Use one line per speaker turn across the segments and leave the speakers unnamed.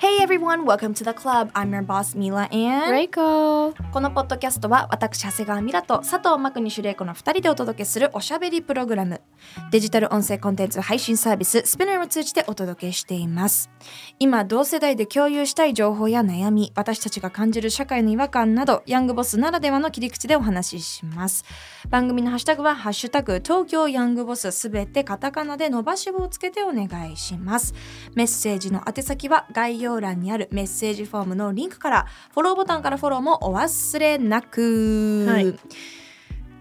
Hey everyone, welcome to the club. I'm your boss Mila and
レイコ
このポッドキャストは私長谷川ミラと佐藤真国主玲子の2人でお届けするおしゃべりプログラムデジタル音声コンテンツ配信サービススペナーを通じてお届けしています今同世代で共有したい情報や悩み私たちが感じる社会の違和感などヤングボスならではの切り口でお話しします番組のハッシュタグは「ハッシュタグ東京ヤングボス」すべてカタカナで伸ばし棒をつけてお願いしますメッセージの宛先は概要欄にあるメッセージフォームのリンクからフォローボタンからフォローもお忘れなく、
はい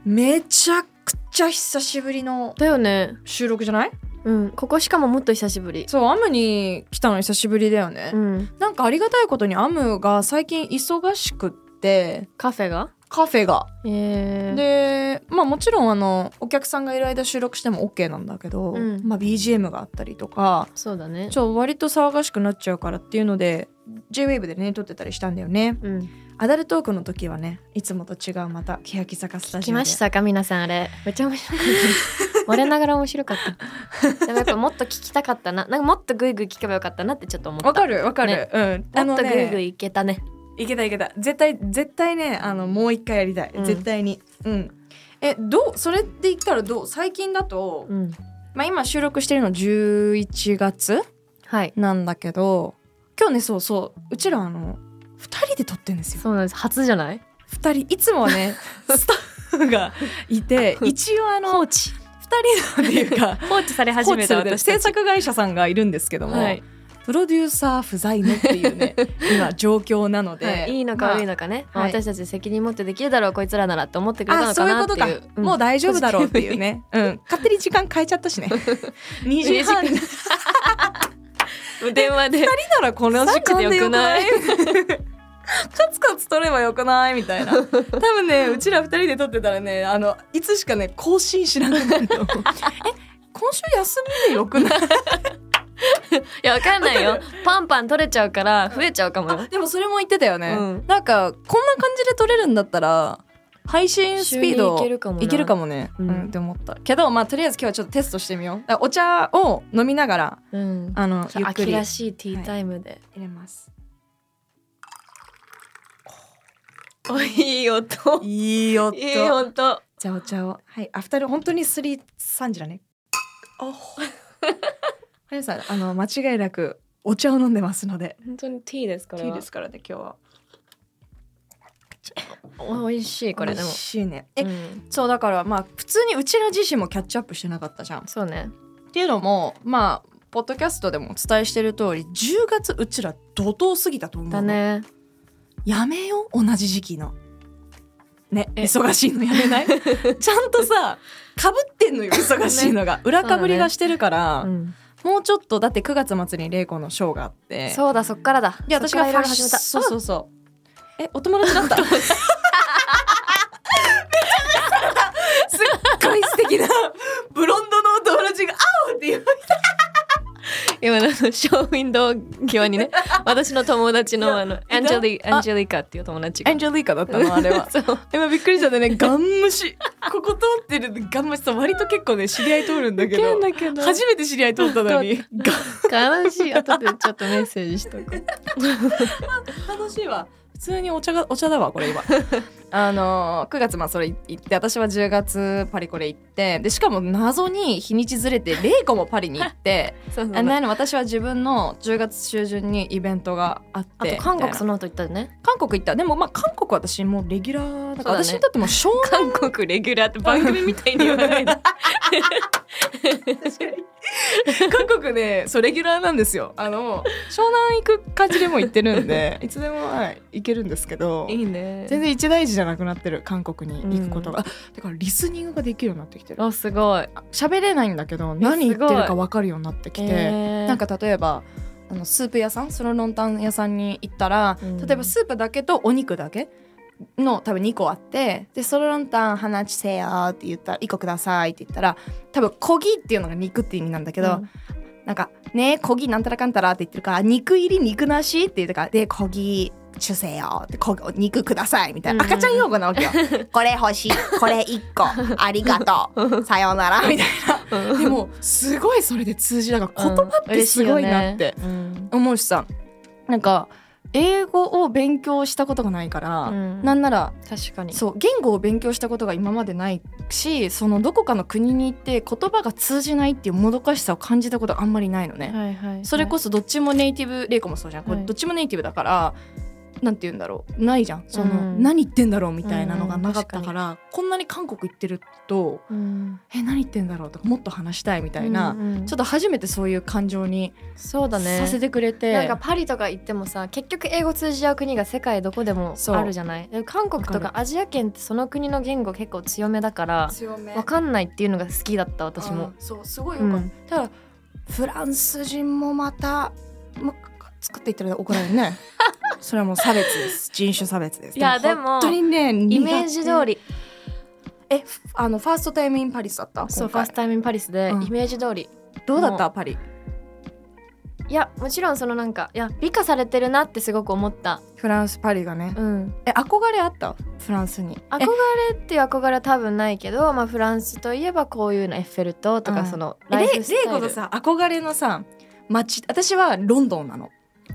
めちゃくちゃ久しぶりの
だよね
収録じゃない
うんここしかももっと久しぶり
そうアムに来たの久しぶりだよね、
うん
なんかありがたいことにアムが最近忙しくって
カフェが
カフェが
え
で
ー、
まあもちろんあのお客さんがいる間収録しても OK なんだけど、
うん
まあ、BGM があったりとか
そうだね
ちょ割と騒がしくなっちゃうからっていうので JWAVE でね撮ってたりしたんだよね
うん
アダルトークの時はねいつもと違うまた欅坂スタジ
来
オで
ましたか皆さんあれめっちゃ面白かった 我ながら面白かったでもやっぱもっと聞きたかったななんかもっとグイグイ聞けばよかったなってちょっと思った
わかるわかる、
ね
うん
もっとグイグ
い
イいけたね
いけたいけた絶対絶対ねあのもう一回やりたい、
うん
絶対にうんえどうそれって言ったらどう最近だと、
うん
まあ、今収録してるの11月
はい
なんだけど今日ねそうそううちらあの2人で撮ってるんですよ
そうなんです初じゃない
2人いつもは ねスタッフがいて一応あの
放
2
置
人のっていう か
放置され始
放置
め
さ
た
れてる
私
制
たち
作会社さんがいるんですけども、
はい、
プロデューサー不在のっていう ね今状況なので、
はい、いいのか悪いのかね、
まあはい
私たち責任持ってできるだろうこいつらならって思ってくれ
ま
た
あ、あ
の
そ
か
ういうこと
なっていう
か、
ん
もう大丈夫だろうっていう ね、うん、勝手に時間変えちゃったしね2時半にな
電話で
らこの時間でよく ないカツカツ撮ればよくないみ たいな多分ねうちら二人で撮ってたらねあのいつしかね更新しなくなると思 うえ今週休みでよくない
いやわかんないよパンパン取れちゃうから増えちゃうかもよ
でもそれも言ってたよね、
うん
なんかこんな感じで撮れるんだったら配信スピード
週にいけるかもない
けるかもね、う
うんん
って思ったけどまあとりあえず今日はちょっとテストしてみようだからお茶を飲みながら
うん
あのゆっく
秋
り
ら
入
しいティータイムで、
れます
い、いい音
いい音
いい音
じゃあお茶をはいアフタル本当にスリーサンジだね あ皆さんあの間違いなくお茶を飲んでますので
本当にティーですから
いいですからね今日は
おいしいこれでも
美味しいねえ、
うん
そうだからまあ普通にうちら自身もキャッチアップしてなかったじゃんっ
そうね
ていうのもまあポッドキャストでもお伝えしてる通り10月うちら怒涛過ぎたと思うの
だね
やめよう同じ時期のね
え
忙しいのやめ ないちゃんとさかぶって んのよ忙しいのが、裏かぶりがしてるから、
うん
もうちょっとだって9月末に玲子のショーがあって
そうだそっ からだ
いや私が
そっ
フ
か
ァ
ら
ッ
いろいろ
シ
始
ョン
めた
そうそうそうえお友達だっためちゃめちゃされたすっごい素敵な ブロンドのお友達が「青って言う
今のあのショーウィンドウ際 にね私の友達のあのアンジェリ
あ
アンジェリカっていう友達
エ
が
ンジェリカだったのあれは
そう
今びっくりしちゃ ってねガン無視ここ通ってるガン無視さ割と結構ね知り合い通るんだけど
だけど
初めて知り合い通ったのにガン
悲しい後でちょっとメッセージしとく
楽しいわ普通にお茶がお茶だわこ れ今あのー9月まあそれ行って私は10月パリコレ行ってでしかも謎に日にちずれて玲子もパリに行って
そうそう
あなの私は自分の10月中旬にイベントがあって
あと韓
みたい
国
な
その後行ったよね。
韓国行ったでもまあ韓国私もうレギュラーだから
そうだね
私にとっても湘南
韓国レギュラーって番組みたいに言わ ないで。
韓国ねそうレギュラーなんですよあのもう湘南行く感じでも行ってるん でいつでも、はい、行けるんですけど
いね
全然一大事じゃなくなってる韓国に行くことが、あだからリスニングができるようになってきてる
あすごい。
喋れないんだけど何言ってるか分かるようになってきて、
えー
なんか例えばあのスープ屋さんそのロンタン屋さんに行ったら、
うん
例えばスープだけとお肉だけの多分2個あってで「そのロンタン放ちせよ」って言ったら「1個ください」って言ったら多分「こぎ」っていうのが肉って意味なんだけど、なんか「ねえこぎなんたらかんたら」って言ってるから「肉入り肉なし」って言うから「でこぎ」ちゅせよってこ肉くださいみたいな
うん
赤ちゃん用語なわ けよ。これ欲しいこれ1個ありがとうさようならみたいな。
うん
でもすごいそれで通じながら言葉っ
うん
てすごいなって
嬉しいよね
思うしさなんか英語を勉強したことがないから、
うん
なんなら
確かに
そう言語を勉強したことが今までないしそのどこかの国に行って言葉が通じないっていうもどかしさを感じたことあんまりないのね。
はいはい
それこそどっちもネイティブ玲子もそうじゃん、これ
はい
どっちもネイティブだからなんて言うんだろうないじゃんその、
うん
何言ってんだろうみたいなのがなかった
うん
か
確
ら、こんなに韓国行ってると
み
え何言ってんだろうとかもっと話したいみたいな、ちょっと初めてそういう感情に
そうだね
させてくれて、
なんかパリとか行ってもさ結局英語通じ合う国が世界どこでも
そう
あるじゃないでも韓国と
わか
かアジア圏ってその国の言語結構強めだから
強め
わかんないっていうのが好きだった私
う
も
ん、そうすごいよかった、ただフランス人もまた、ま、作っていったら怒られる ねそれはもう差別です人種差別です
いや
本当にね
イメージ通
り
り
えふあのファーストタイムインパリスだった
そう
今回
ファーストタイムインパリスで、
うん
イメージ通り
どうだったパリ
いやもちろんそのなんかいや美化されてるなってすごく思った
フランスパリがね
うん
え憧れあったフランスに
憧れっていう憧れは多分ないけど、まあ、フランスといえばこういうのエッフェル塔と
うん
かその
え
ライフスタイル、
レイコのさ憧れのさ街私はロンドンなの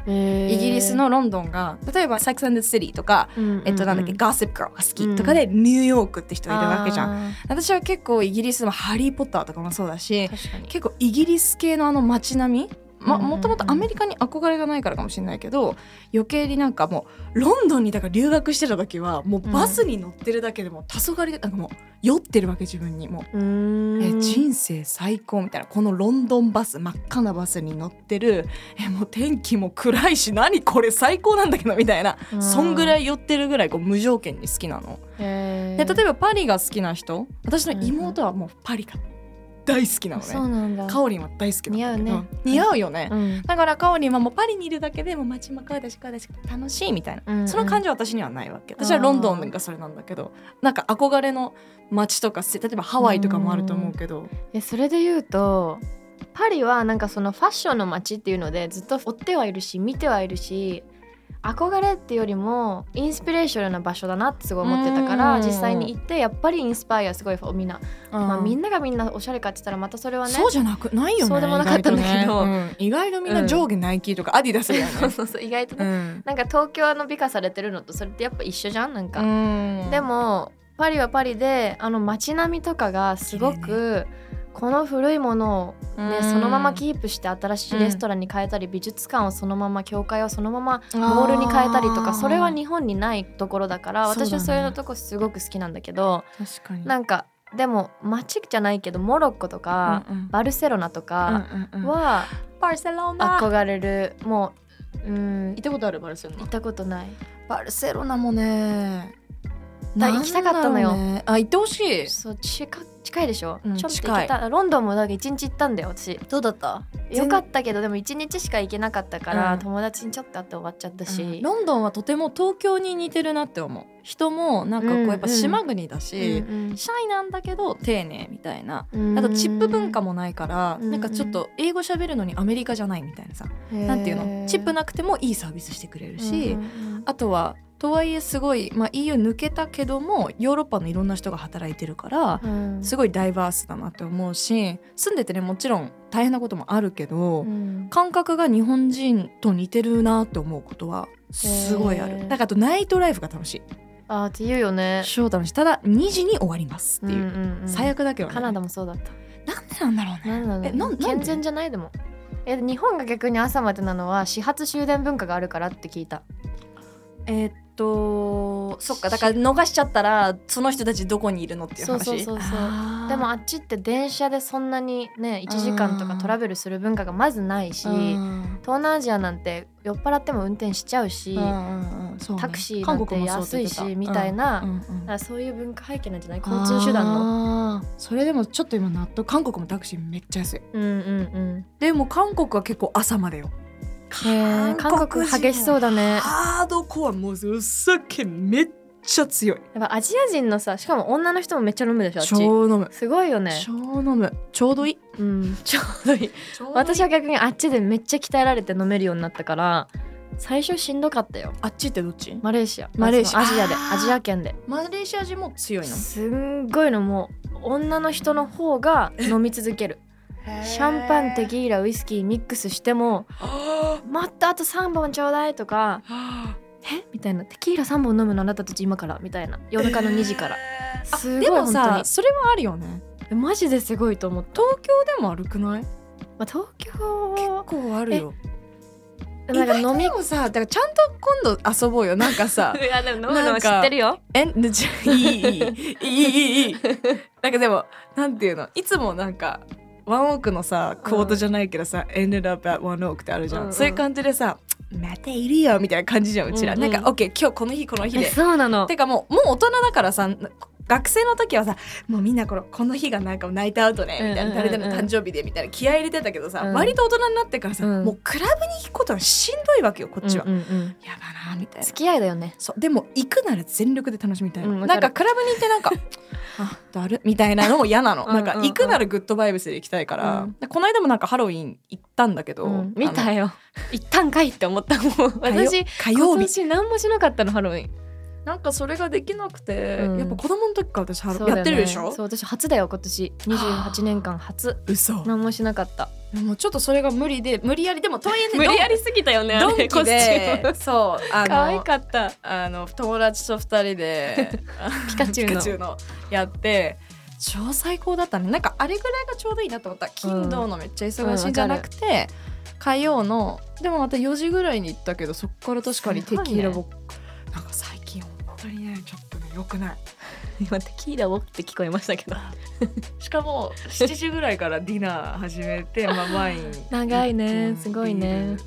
へー
イギリス、のロンドンが例えばサクサンデシティとか
うんうんうん
えっとなんだっけ、ガーセプガールが好きとかでニューヨークって人がいるわけじゃん、
あー
私は結構イギリスの「ハリー・ポッター」とかもそうだし
確かに
結構イギリス系のあの街並みま
うんうんうん
もともとアメリカに憧れがないからかもしれないけど余計になんかもうロンドンにだから留学してた時はもうバスに乗ってるだけでもう黄昏でなんかもう酔ってるわけ自分にも
う
う、
ー
え
ん
人生最高みたいなこのロンドンバス真っ赤なバスに乗ってるえもう天気も暗いし何これ最高なんだけどみたいなそんぐら
い
い寄ってるぐらいこう無条件に好きなの。
で
で例えばパリが好きな人私の妹はもうパリが大好きなの
そう
ね。
なんだ
かおりんは大好きなんだけど
似合うね
似合うよね。
うん
だからかおりんはもうパリにいるだけでもう街もこうだしこうだし楽しいみたいな。
うん
その感
じ
じは私にはないわけ私はロンドンがそれなんだけどなんか憧れの街とかせ例えばハワイとかもあると思うけど
えそれで言うとパリはなんかそのファッションの街っていうのでずっと追ってはいるし見てはいるし憧れっていうよりもインスピレーショナルな場所だなってすごい思ってたか
う
ら
ん
実際に行ってやっぱりインスパイアすごいみんな、まあ、みんながみんなおしゃれかって言ったらまたそれはね
そうじゃなくないよね
そうでもなかったんだ
意外
けど
とねうん意外とみんな上下ナイキとかアディダスだよ
そう
ね
そうそう意外と
う
ね、
ん
なんか東京の美化されてるのとそれってやっぱ一緒じゃんなんか、
うん
でもパリはパリであの街並みとかがすご
綺
く、この古いものをね、
うん
そのままキープして新しいレストランに変えたり、美術館をそのまま教会をそのままモールに変えたりと
あー
かそれは日本にないところだから
そうだね
私はそういうのとこすごく好きなんだけど
確かに
なんかでも街じゃないけどモロッコとか、
うんうん
バルセロナとか
うんうんうん
は
バルセロナ行
憧れる、もううん
ったことあるバルセロ
行
ナ
ったことない
バルセロナもね
だ
なん
行きたかったのよ
だろうねあ行ってほしい
そう近近いでしょ、
うん
ちょっと行けたロンドンもだけ一日行ったんだよ私
どうだった
よかったけどでも一日しか行けなかったから、
うん
友達にちょっと会って終わっちゃったし、
うんロンドンはとても東京に似てるなって思う人もなんかこ
うんう
うんやっぱ島国だし、
うん
シャイなんだけど丁寧みたいな
うん
あとチップ文化もないから、
うん
なんかちょっと英語喋るのにアメリカじゃないみたいなさ、なんていうのチップなくてもいいサービスしてくれるし、
うんうんうん
あとはとはいえすごい、まあ、EU 抜けたけどもヨーロッパのいろんな人が働いてるから
うん
すごいダイバースだなって思うし住んでてねもちろん大変なこともあるけど、
うん
感覚が日本人と似てるなって思うことはすごいある、
へー
なんかあとナイトライフが楽しい
あーって言うよね。
超楽しいただ2時に終わりますっていう、
んんうん
最悪だけどね
カナダもそうだった。
なんでなんだろう
な
ね
んなの
えなんなんで
健全じゃないでも。え日本が逆に朝までなのは始発終電文化があるからって聞いた。
えーっとそっかだから逃しちゃったらその人たちどこにいるのっていう話
そうそうそうそう
あー
でもあっちって電車でそんなにね1時間とかトラベルする文化がまずないし
う
東
ん
南アジアなんて酔っ払っても運転しちゃうし、タクシーなんて安いしみたいな、
うんうん
だからそういう文化背景なんじゃない交通手段の。
あーそれでもちょっと今納豆韓国もタクシーめっちゃ安い
うんうんうん。
でも韓国は結構朝までよ
へー韓国激しそうだね
ハードコアもうお酒めっちゃ強い
やっぱアジア人のさしかも女の人もめっちゃ飲むでしょあっち
超飲む
すごいよね
超飲むちょうどいい
うんちょうどいい私は逆にあっちでめっちゃ鍛えられて飲めるようになったから最初しんどかったよ
あっちってどっち
マレーシア
マレーシア
あそのアジアで
あー
アジア圏で
マレーシア人も強いの
すんごいのもう女の人の方が飲み続けるシャンパンテキーラウイスキーミックスしても
は
「待ったあと3本ちょうだい」とか
あ
「えみたいな「テキーラ3本飲むのあなたたち今から」みたいな夜中の2時から、
えー
すごい
あでも
本当
さ
に
それはあるよね
えマジですごいと思った、
東京でも悪くない
まあ、東京
結
は
構あるよ
なんか飲み
でもさだからちゃんと今度遊ぼうよなんか さ
いやでも
飲むのは知ってる
よ
え んじゃいいいいいいいいいなんかでもなんていうのいつもなんかワンオークのさクォートじゃないけどさ「ended up at one oak」ってあるじゃん、
うんうん
そういう感じでさ「またいるよ」みたいな感じじゃんうちら、
うんうん
なんか「OK 今日この日この日
え
で」
そうなの
てかもうもう大人だからさ学生の時はさもうみんなこのこの日がなんかナイトアウトねみたいな、
うんうんうん
誰々の誕生日でみたいな気合い入れてたけどさ、
うん
割と大人になってからさ、
うん
もうクラブに行くことはしんどいわけよこっちは、
うんうんうん
やだなみたいな
付き合いだよね
そうでも行くなら全力で楽しみたいな、
うんわか
なん
る
かクラブに行ってなん かあだるみたいなのも嫌なの
うんうんうん
なんか行くならグッドバイブスで行きたいから、
うん
でこの間もなんかハロウィン行ったんだけど、
うん
み
見たよ一旦かいって思ったも ん
私
私
火曜
今
日
年何もしなかったのハロウィン
なんかそれができなくて、
うん
やっぱ子供の時から私ハロウ
そ
ィ
う
ンや
だよね
ってるでしょ
そう私初だよ今年28年間初
嘘
何もしなかった
もうちょっとそれが無理で無理やりでもとはいえね
無理やりすぎたよね
ドン
あ
ドン
れ
キで
コスチューム
そうあ
可愛
の
かった
あの友達と二人 で
ピカチュウの
のやって超最高だったねなんかあれぐらいがちょうどいいなと思った金土のめっちゃ忙しいんじゃなくて、火曜のでもまた4時ぐらいに行ったけどそっから確かにテキーラボック、なんか最近本当にねちょっとね良くない
今テキーラウォックって聞こえましたけど
しかも7時ぐらいからディナー始め て、まあ、ワイン
長いねすごいね、
うん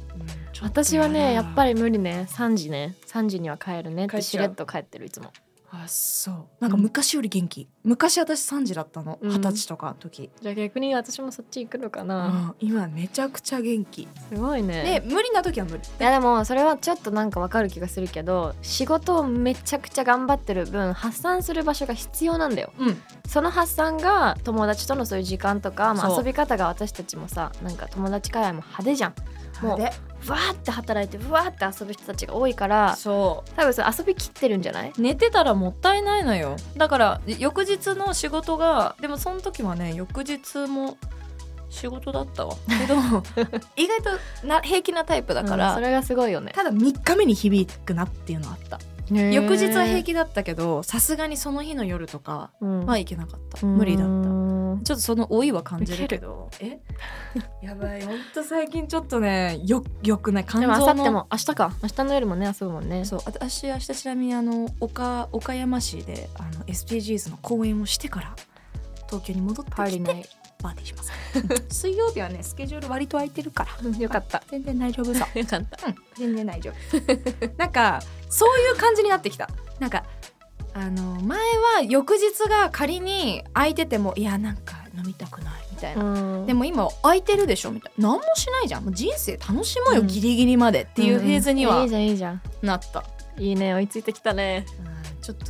ちょっと
私はねやっぱ
り
り無理ね3時ね3時には帰るねっ
帰ってち
し
ゃう
れっと帰ってるいつも
あそうなんか昔より元気昔私3時だったの
うん
二十歳とかの時、
じゃあ逆に私もそっち行くのか
う
な、
ん、今めちゃくちゃ元気
すごいね
で無理な時は無理
いやでもそれはちょっとなんかわかる気がするけど仕事をめちゃくちゃ頑張ってる分発散する場所が必要なんだよ
うん
その発散が友達とのそういう時間とか、まあ、
そう
遊び方が私たちもさなんか友達会話も派手じゃんもう
で
わーって働いてわーって遊ぶ人たちが多いから
そ
多分それ遊びきってるんじゃないう
寝てたらもったいないのよだから翌日の仕事がでもその時はね翌日も仕事だったわけ ど意外とな平気なタイプだか
うん
ら、
それがすごいよね
ただ3日目に響くなっていうのはあった翌日は平、気だったけどさすがにその日の夜とか
うん
はいけなかった無理だったちょっとその老いは感じるけど。えやばい、ほんと最近ちょっとね、よ、よくない。肝
でも明
臓
後日
の。
も明日か明日の夜もね遊ぶもんね
そう、私明日ちなみにあの、岡、岡山市で、あの、SDGs の講演をしてから、東京に戻って
パーテ
き
ィー
て、
ない
パーティーします。 水曜日はね、スケジュール割と空いてるから。
よかった
全然大丈夫そう。
よかった
うん、全然大丈夫。 なんか、そういう感じになってきた。なんか、あの、前は翌日が仮に空いてても、いや、なんか飲みたくないみたいな。
うん
でも今空いてるでしょみたいな何もしないじゃんもう人生楽しもうよ、
うん
ギリギリまでっていうフェーズに
うんい
はい
じゃんいいじゃん
なった、
いいね追いついてきたね
うんちょっと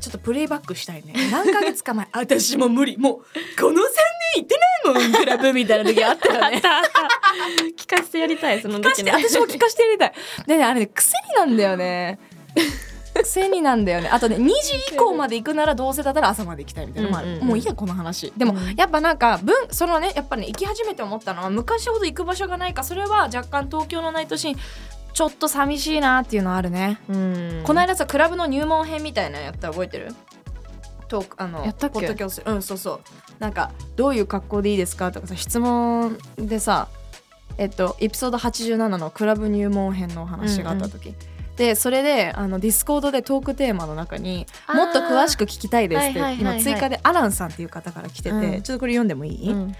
ちょっとプレイバックしたいね何ヶ月か前 私も無理もうこの3年行ってないもんクラブみたいな時あったよね
聞かせてやりたいその
聞かし
時
て
の
私も聞かしてやりたいでねあれね癖になんだよね癖になんだよねあとね2時以降まで行くならどうせだったら朝まで行きたいみたいなのもある、
うんうんうん
もういいやこの話でも、
うん
やっぱなんか分そのねやっぱね行き始めて思ったのは昔ほど行く場所がないかそれは若干東京のナイトシーンちょっと寂しいなっていうのはあるね、
うん
この間さクラブの入門編みたいなのやった覚えてるトークあの
やったっけ
ポッドキャストうんそうそうなんかどういう格好でいいですかとかさ質問でさえっとエピソード87のクラブ入門編のお話があった時、でそれであのディスコードでトークテーマの中に
あー
もっと詳しく聞きたいですって、
はいはいはいはい
今追加でアランさんっていう方から来てて、
うん
ちょっとこれ読んでもいい、
うん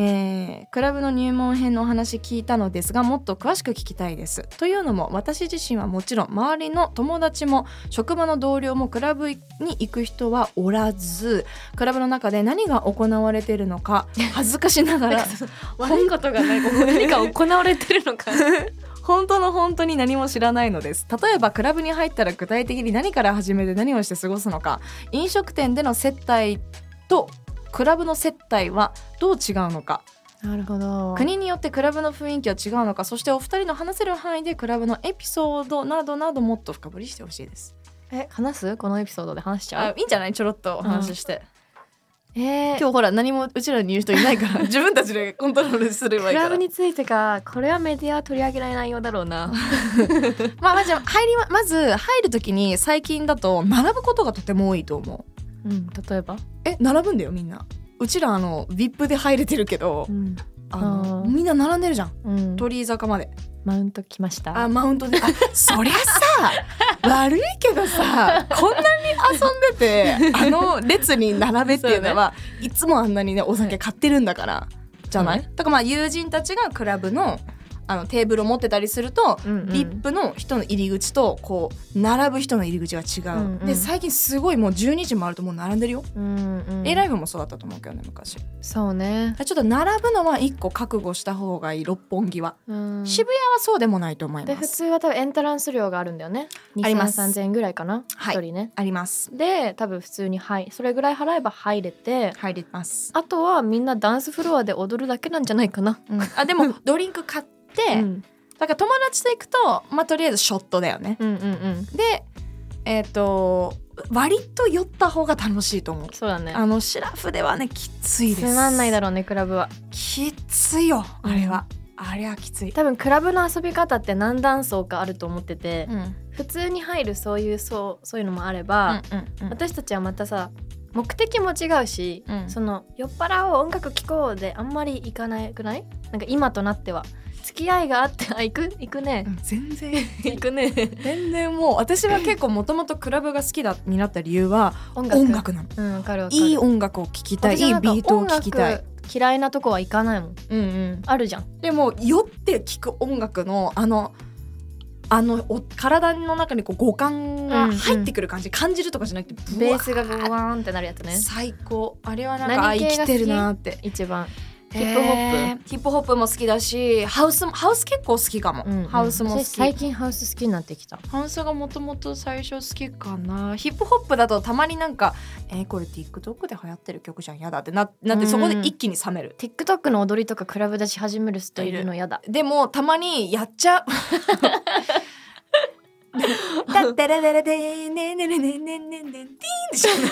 えークラブの入門編のお話聞いたのですがもっと詳しく聞きたいです。というのも私自身はもちろん周りの友達も職場の同僚もクラブに行く人はおらずクラブの中で何が行われているの か恥ずかしながら
悪いことがないここ何か行われてる のか
本当の本当に何も知らないのです例えばクラブに入ったら具体的に何から始めて何をして過ごすのか飲食店での接待とクラブの接待はどう違うのか
なるほど
国によってクラブの雰囲気は違うのかそしてお二人の話せる範囲でクラブのエピソードなどなどもっと深掘りしてほしいです
え話すこのエピソードで話しちゃ
あ
う
いいんじゃないちょろっとお話しして、
えー
今日ほら何もうちらに言う人いないから自分たちでコントロールすればい
ク
いか
ラ
ら
ブについてかこれはメディアは取り上げない内容だろうな
まあまず入りままず入るときに最近だと学ぶことがとても多いと思う
うん例えば、
え並ぶんだよみんなうちらあの VIP で入れてるけど、
ん
あの
あー
みんな並んでるじゃん
うん、
鳥居坂まで
マウント来ました
あマウントであそりゃさ悪いけど さこんなに遊んでてあの列に並べっていうのは、いつもあんなにねお酒買ってるんだからじゃない、だからまあ友人たちがクラブのあのテーブルを持ってたりすると、
うんうん
VIP の人の入り口とこう並ぶ人の入り口が違う、
うんうん
で最近すごいもう12時回るともう並んでるよ、
うんうん
A ライブもそうだったと思うけどね昔ちょ
そうね、
っと並ぶのは一個覚悟した方がいい六本木は、
うん、
渋谷はそうでもないと思い
で
ま
普
す
通は多分エントランス料があるんだよね
あります
2000 3000円ぐらいかな
はい
一人ね
あります
で多分普通にはいそれぐらい払えば入れて
入ります
あとはみんなダンスフロアで踊るだけなんじゃないかな、
あでもドリンク買って、
うん
だから友達と行くとまあとりあえずショットだよね、
うんうんうん
でえっ、と割と酔った方が楽しいと思う
そうだね
あのシラフではねきつい
つ
です
まんないだ
ろ
ろうねクラブは
きついよあれは、あれはきつい、
多分クラブの遊び方って何段層かあると思ってて、
んうん
普通に入るそういうそうそういうのもあれば、
うん
私たちはまたさ目的も違うし、
うん
その酔っ払おう音楽聴こうであんまり行かないくないなんか今となっては付き合いがあって あ行く行くね
う、ん全然
行くね
全然もう私は結構もともとクラブが好きだになった理由は
音楽
音楽なの
うんわかるわかる
いい音楽を聴きたいいい
私
ビ
な
ー
んか
トを聴きた
音
い、
楽嫌いなとこは行かないもん
うんうん、
あるじゃん
でも酔って聴く音楽のあのあのお体の中にこう五感が入ってくる感じ、感じるとかじゃなくてブ
ベ
ワ
ースがゴワーンってなるやつね
最高あれはなんかあ
何系
生き
が好き
てるなって
一番
ヒ
ヒップホップ
プヒップホップも好きだしハウスもハウス結構好きかも、
うんうん
ハウスも好
私
き
最近ハウス好きになってきた
ハウスがもともと最初好きかなヒップホップだとたまになんか「えーこれ TikTok で流行ってる曲じゃんやだ」ってななってそこで一気に冷める、
TikTok の踊りとかクラブ出し始める人いるのやだ
でもたまにやっち ゃう。だったらだらでーねねねねねねねねティーンってしない。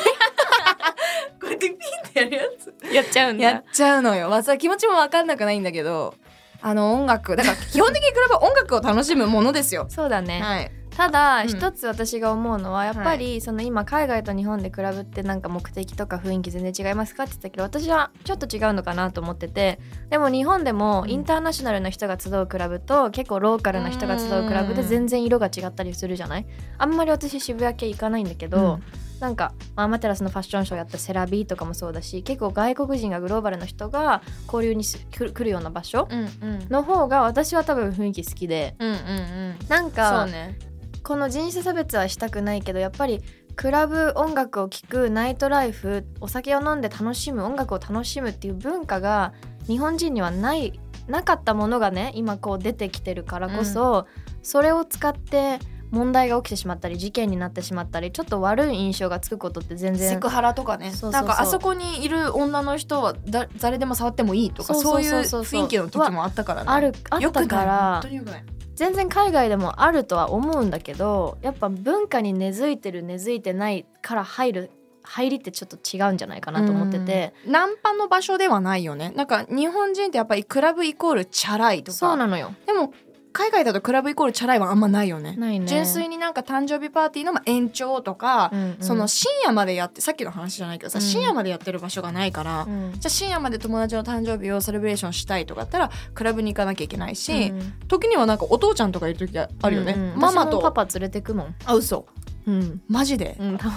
こうやってピンってやるやつ。
やっちゃう。
やっちゃうのよ。わざ気持ちもわかんなくないんだけど、あの音楽だから基本的にクラブは音楽を楽しむものですよ
そうだね、
はい。
ただ
うん
一つ私が思うのはやっぱりその今海外と日本でクラブってなんか目的とか雰囲気全然違いますかって言ったけど私はちょっと違うのかなと思っててでも日本でも
うん
インターナショナルの人が集うクラブと結構ローカルな人が集うクラブで
うん
全然色が違ったりするじゃないあんまり私渋谷系行かないんだけど、なんか、まあ、アマテラスのファッションショーやったセラビーとかもそうだし結構外国人がグローバルの人が交流にす来る来るような場所
うんうん
の方が私は多分雰囲気好きで
うんうんうん。
なんか
そうね。
この人種差別はしたくないけどやっぱりクラブ音楽を聴くナイトライフお酒を飲んで楽しむ音楽を楽しむっていう文化が日本人にはないなかったものがね今こう出てきてるからこそ、それを使って問題が起きてしまったり事件になってしまったりちょっと悪い印象がつくことって全
セ
然
クハラとかね
そうそうそう
なんかあそこにいる女の人はだ誰でも触ってもいいとか
そ
そう
そう
う
そう
い
そう
う
そう
雰囲気の時もあったからね
あるあっ
よく
た
ない
から
本当によくない
全然海外でもあるとは思うんだけどやっぱ文化に根付いてる根付いてないから入る入りってちょっと違うんじゃないかなと思ってて。
うんナンパの場所ではないよねなんか日本人ってやっぱりクラブイコールチャラいとか
そうなのよ
でも海外だとクラブイコールチャラいはあんまないよね
ないね
純粋になんか誕生日パーティーのまあ延長とか、
うんうん
その深夜までやってさっきの話じゃないけどさ、
うん
深夜までやってる場所がないから、
うん
じゃあ深夜まで友達の誕生日をセレブレーションしたいとかだったらクラブに行かなきゃいけないし、
うん
時にはなんかお父ちゃんとかいる時あるよね、
うんうん
ママ
私も
と
パパ連れてくもん
あ嘘
うん、
マジで、
うん、たま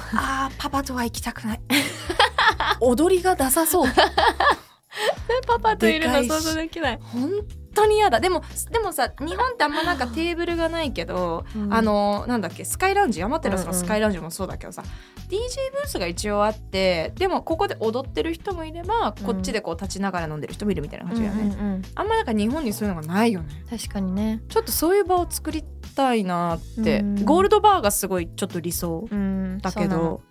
あーパパとは行きたくない踊りがダサそう
パパといるの
でか
想
いし
像できない、
本当に嫌だでもでもさ日本ってあんまなんかテーブルがないけどあのなんだっけスカイラウンジ山寺さん
うん
の
うん
スカイラウンジもそうだけどさ、DJ ブースが一応あってでもここで踊ってる人もいればこっちでこう立ちながら飲んでる人もいるみたいな感じだよね、
うんうんうん
あんまなんか日本にそういうのがないよね
確かにね
ちょっとそういう場を作りたいなって、
うん
ゴールドバーがすごいちょっと理想
うん
だ
そ
け
うなの
ど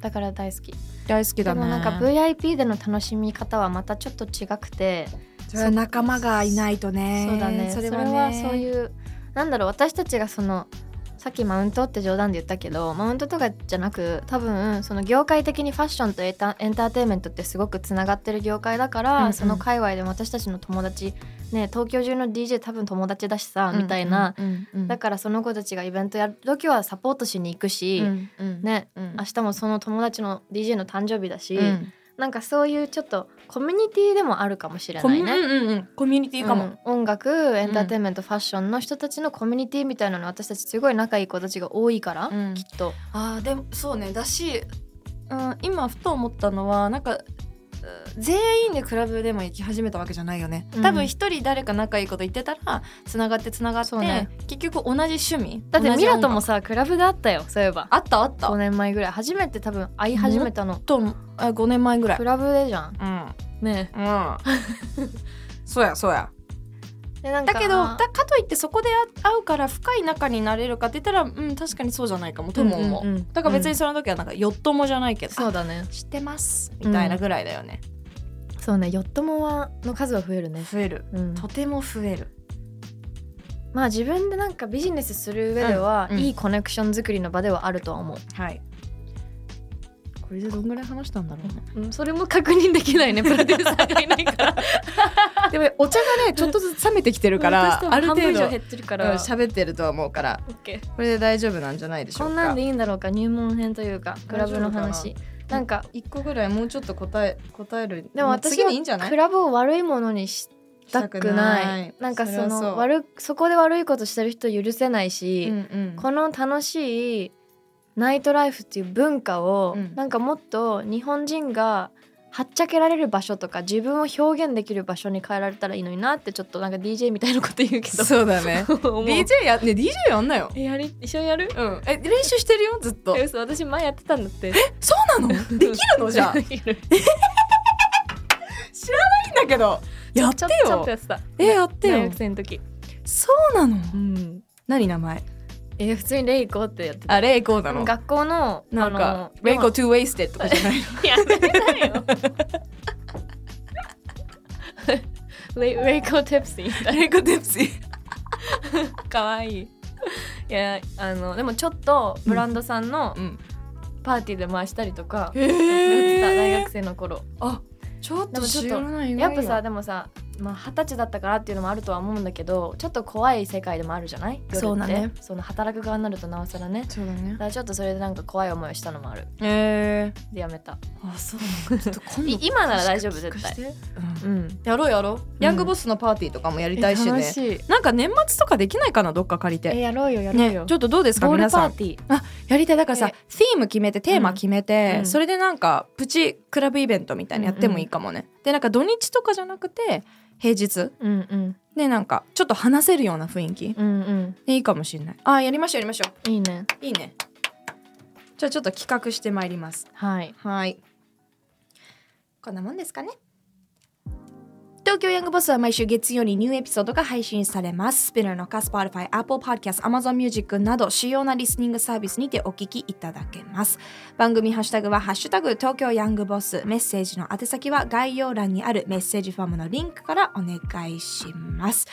だから大好き
大好き
で
だね
もなんか VIP での楽しみ方はまたちょっと違くて、
それは仲間がいないとね
そうだねそれはそう
う
いうなんだろう私たちがそのさっきマウントって冗談で言ったけどマウントとかじゃなく多分その業界的にファッションとエンタエンターテインメントってすごくつながってる業界だから、
うんうん
その界隈でも私たちの友達ね東京中の DJ 多分友達だしさ、みたいな、
うんうん
だからその子たちがイベントやる時はサポートしに行くし、
うんうん
ね
うん
明日もその友達の DJ の誕生日だし、
うん
なんかそういうちょっとコミュニティでもあるかもしれ
コ
な
ミ
い
ュ
ね。
うんうんコミュニティかも、
うん音楽エンターテインメント、ファッションの人たちのコミュニティみたいなのに私たちすごい仲いい子たちが多いから、
うん
きっと。
あーでもそうねだし、うん、今ふと思ったのはなんかうん全員でクラブでも行き始めたわけじゃないよね、
うん
多分一人誰か仲いいこと言ってたらつながってつながって、
そうね
結局同じ趣味
だってミラと
と
もさクラブであったよそういえば
あったあった
5年前ぐらい初めて多分会い始めたの
とあ5年前ぐらい
クラブでじゃん。
うん
ね
うん そうやそうや
でなんか
だけどだかといってそこで会うから深い仲になれるかって言ったらうん確かにそうじゃないかもとも思う,、
んんん
だから別
う
に
ん
その時はなんかよっともじゃないけど、
そうだね
知ってますみたいなぐらいだよね、
そうねよっともはの数は増えるね。
増える
うん
とても増える
まあ自分でなんかビジネスする上では、
うんうん
いいコネクション作りの場ではあるとは思う、
はいこれでどんぐらい話したんだろうね
それも確認できないねプロデューサーがい ないから
でもお茶がねちょっとずつ冷めてきてるか
私
ら
多分
ある程度
半分以上減ってるから、
うん喋ってるとは思うから
オッケー
これで大丈夫なんじゃないでしょ
こ
うか
んなんでいいんだろうか入門編というかクラブの話なんか
一個ぐらいもうちょっと答え答える
でも私
次
は
でいいんじゃない
クラブを悪いものにしたくないなんかその
悪
悪そこで悪いことしてる人許せないし、この楽しいナイトライフっていう文化を、
うん
なんかもっと日本人がはっちゃけられる場所とか自分を表現できる場所に変えられたらいいのになってちょっとなんか DJ みたいなこと言うけど
そうだね
思う
DJ やね DJ やんなよ
やり一緒にやる
うんえ練習してるよずっと
え嘘私前やってたんだって
そうなの できるのじゃあいいん
できる
だけどやって
ちょちょっ
よ
とやってた
えやってよ
大学生の時
そうなの
うん
何名前
え普通にレイコってやってた
あレイコーなの
学校の
なんかレイコー to wasted とかじゃない
やめなよレイレイコテプシーみたい
レイコー tipsy
な かわいいいやあのでもちょっとブランドさんの
うん
パーティーで回したりとか、
へ
やってた大
え
学生の頃
あちょっ
で
と
もちょっと
知らない
やっぱさでもさまあ二十歳だったからっていうのもあるとは思うんだけどちょっと怖い世界でもあるじゃない夜って
そうだね
その働く側になるとなおさらね
そうだ
だ
ね
からちょっとそれでなんか怖い思いをしたのもある
え
でやめた
あそうなのちょっと今
い
度
今なら大丈夫絶
聞か
対
せてう
う
ん
ん
やろうやろうヤングボスのパーティーとかもやりたいし
楽
ね
しい
なんか年末とかできないかなどっか借り
え
て
やろうよやろう
ね
よ、
ちょっとどうですか
ボール
皆
パ
さ
ー
ん
ティー
やりたいだからさ、
え
テーマ決めてテーマ決めて、
うん
それでなんかプチクラブイベントみたいなのやってもいいかもね、でなんか土日とかじゃなくて平日
うんうん
でなんかちょっと話せるような雰囲気
うんう
でいいかもしれないあーやりましょうやりましょ
んいいね
ういいねじゃあちょっと企画してまいります
はい
はい。こんなもんですかね。東京ヤングボスは毎週月曜にニューエピソードが配信されます。スピナーの他 Spotify、Apple Podcast、Amazon Music など主要なリスニングサービスにてお聞きいただけます。番組ハッシュタグはハッシュタグ東京ヤングボス。メッセージの宛先は概要欄にあるメッセージフォームのリンクからお願いします。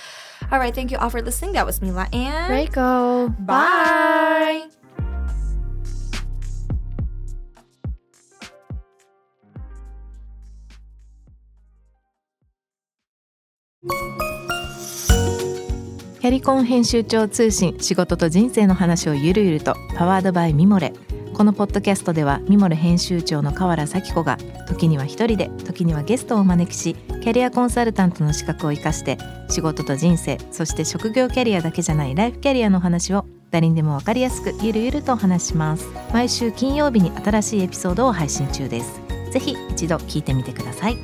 Alright, thank you all for listening. That was Mila and
r e i k o
bye.
「キャリコン編集長通信仕事と人生の話をゆるゆると」パワードバイミモレこのポッドキャストではミモレ編集長の河原咲子が時には一人で時にはゲストをお招きしキャリアコンサルタントの資格を生かして仕事と人生そして職業キャリアだけじゃないライフキャリアの話を誰にでもわかりやすくゆるゆるとお話しします毎週金曜日に新しいエピソードを配信中ですぜひ一度聞いてみてください